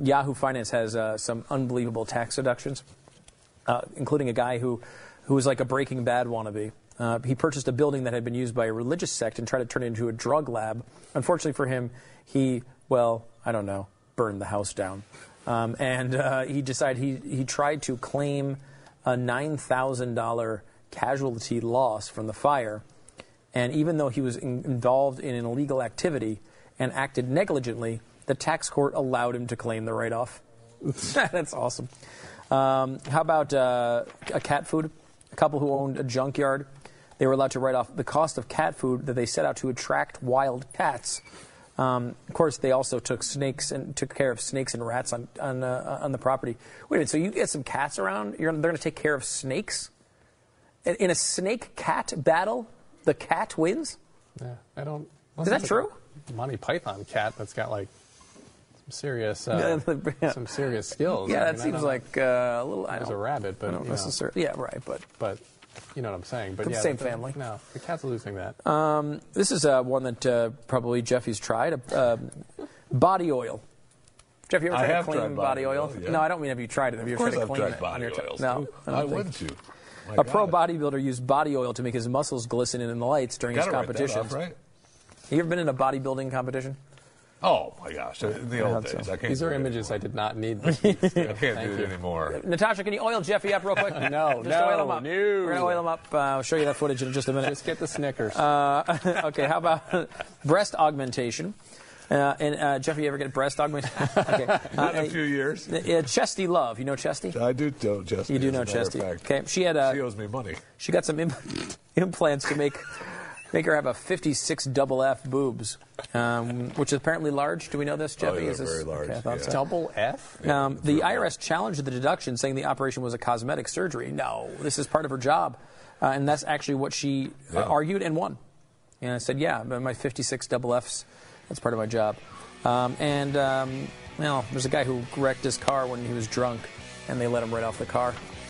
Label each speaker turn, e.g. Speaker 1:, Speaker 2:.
Speaker 1: Yahoo Finance has uh, some unbelievable tax deductions, uh, including a guy who, who was like a Breaking Bad wannabe. Uh, he purchased a building that had been used by a religious sect and tried to turn it into a drug lab. Unfortunately for him, he, well, I don't know, burned the house down. Um, and uh, he decided he, he tried to claim a $9,000 casualty loss from the fire. And even though he was in, involved in an illegal activity and acted negligently, the tax court allowed him to claim the write off. That's awesome. Um, how about uh, a cat food? A couple who owned a junkyard, they were allowed to write off the cost of cat food that they set out to attract wild cats. Um, of course, they also took snakes and took care of snakes and rats on on, uh, on the property. Wait a minute, so you get some cats around, you're, they're going to take care of snakes? In- In a snake cat battle, the cat wins?
Speaker 2: Yeah, I don't.
Speaker 1: Is that true?
Speaker 2: Monty Python cat that's got like some serious, uh,
Speaker 1: Yeah, the- yeah.
Speaker 2: some serious skills.
Speaker 1: Yeah,
Speaker 2: I
Speaker 1: that
Speaker 2: mean, I
Speaker 1: seems
Speaker 2: don't-
Speaker 1: like uh, a little. I
Speaker 2: it was
Speaker 1: don't-
Speaker 2: a rabbit, but
Speaker 1: I don't
Speaker 2: you know,
Speaker 1: necessarily. Yeah, right. But
Speaker 2: but you know what I'm saying. But
Speaker 1: The
Speaker 2: yeah,
Speaker 1: same
Speaker 2: that-
Speaker 1: family. Uh,
Speaker 2: No, the cat's losing that.
Speaker 1: this is uh, one that uh, probably Jeffy's tried. Uh, body oil. Jeff, you ever
Speaker 3: I
Speaker 1: tried to
Speaker 3: have
Speaker 1: clean
Speaker 3: tried
Speaker 1: body,
Speaker 3: body
Speaker 1: oil?
Speaker 3: oil, yeah.
Speaker 1: No, I don't mean have you tried it. Have you
Speaker 3: Of course,
Speaker 1: tried to
Speaker 3: I've
Speaker 1: clean
Speaker 3: tried
Speaker 1: it on
Speaker 3: body
Speaker 1: your t-
Speaker 3: oils.
Speaker 1: No,
Speaker 3: too.
Speaker 1: I
Speaker 3: Why
Speaker 1: don't think.
Speaker 3: wouldn't you? My
Speaker 1: A pro
Speaker 3: God.
Speaker 1: bodybuilder used body oil to make his muscles glisten in the lights during
Speaker 3: Gotta
Speaker 1: his
Speaker 3: write that off,
Speaker 1: competitions.
Speaker 3: right?
Speaker 1: You ever been in a bodybuilding competition?
Speaker 3: Oh my gosh, the- the old
Speaker 1: hope so.
Speaker 3: days. I can't
Speaker 2: These are
Speaker 3: do it
Speaker 2: images I
Speaker 3: anymore.
Speaker 2: did not need. This week, so
Speaker 3: I can't
Speaker 2: thank
Speaker 3: do
Speaker 2: you.
Speaker 3: it anymore.
Speaker 1: Natasha, can you oil Jeffy up real quick?
Speaker 2: No,
Speaker 1: Just oil
Speaker 2: no,
Speaker 1: him up.
Speaker 2: no.
Speaker 1: We're going to oil him up. Uh, I'll show you that footage in just a minute.
Speaker 2: Just get the Snickers.
Speaker 1: Uh, okay, how about breast augmentation? Uh, and uh, Jeffrey, you ever get breast augmentation? okay. Uh,
Speaker 3: In a few years.
Speaker 1: uh, Chesty Love, you know Chesty?
Speaker 3: I do oh, know Chesty.
Speaker 1: You do
Speaker 3: as a
Speaker 1: know
Speaker 3: matter of
Speaker 1: Chesty.
Speaker 3: fact.
Speaker 1: Okay, she had uh,
Speaker 3: She owes me money.
Speaker 1: she got some Im- implants to make make her have a 56 double F boobs, um, which is apparently large. Do we know this,
Speaker 3: Oh,
Speaker 1: Jeffy?
Speaker 3: yeah,
Speaker 1: is this,
Speaker 3: very large,
Speaker 1: Okay, I thought
Speaker 3: yeah.
Speaker 1: so.
Speaker 2: Double F.
Speaker 1: Um, the
Speaker 3: Brutal.
Speaker 1: IRS challenged the deduction, saying the operation was a cosmetic surgery. No, this is part of her job, uh, and that's actually what she uh,
Speaker 3: Yeah.
Speaker 1: argued and won. And I said, "Yeah, but my 56 double Fs, that's part of my job." Um, and um, well, there's a guy who wrecked his car when he was drunk, and they let him right off the car.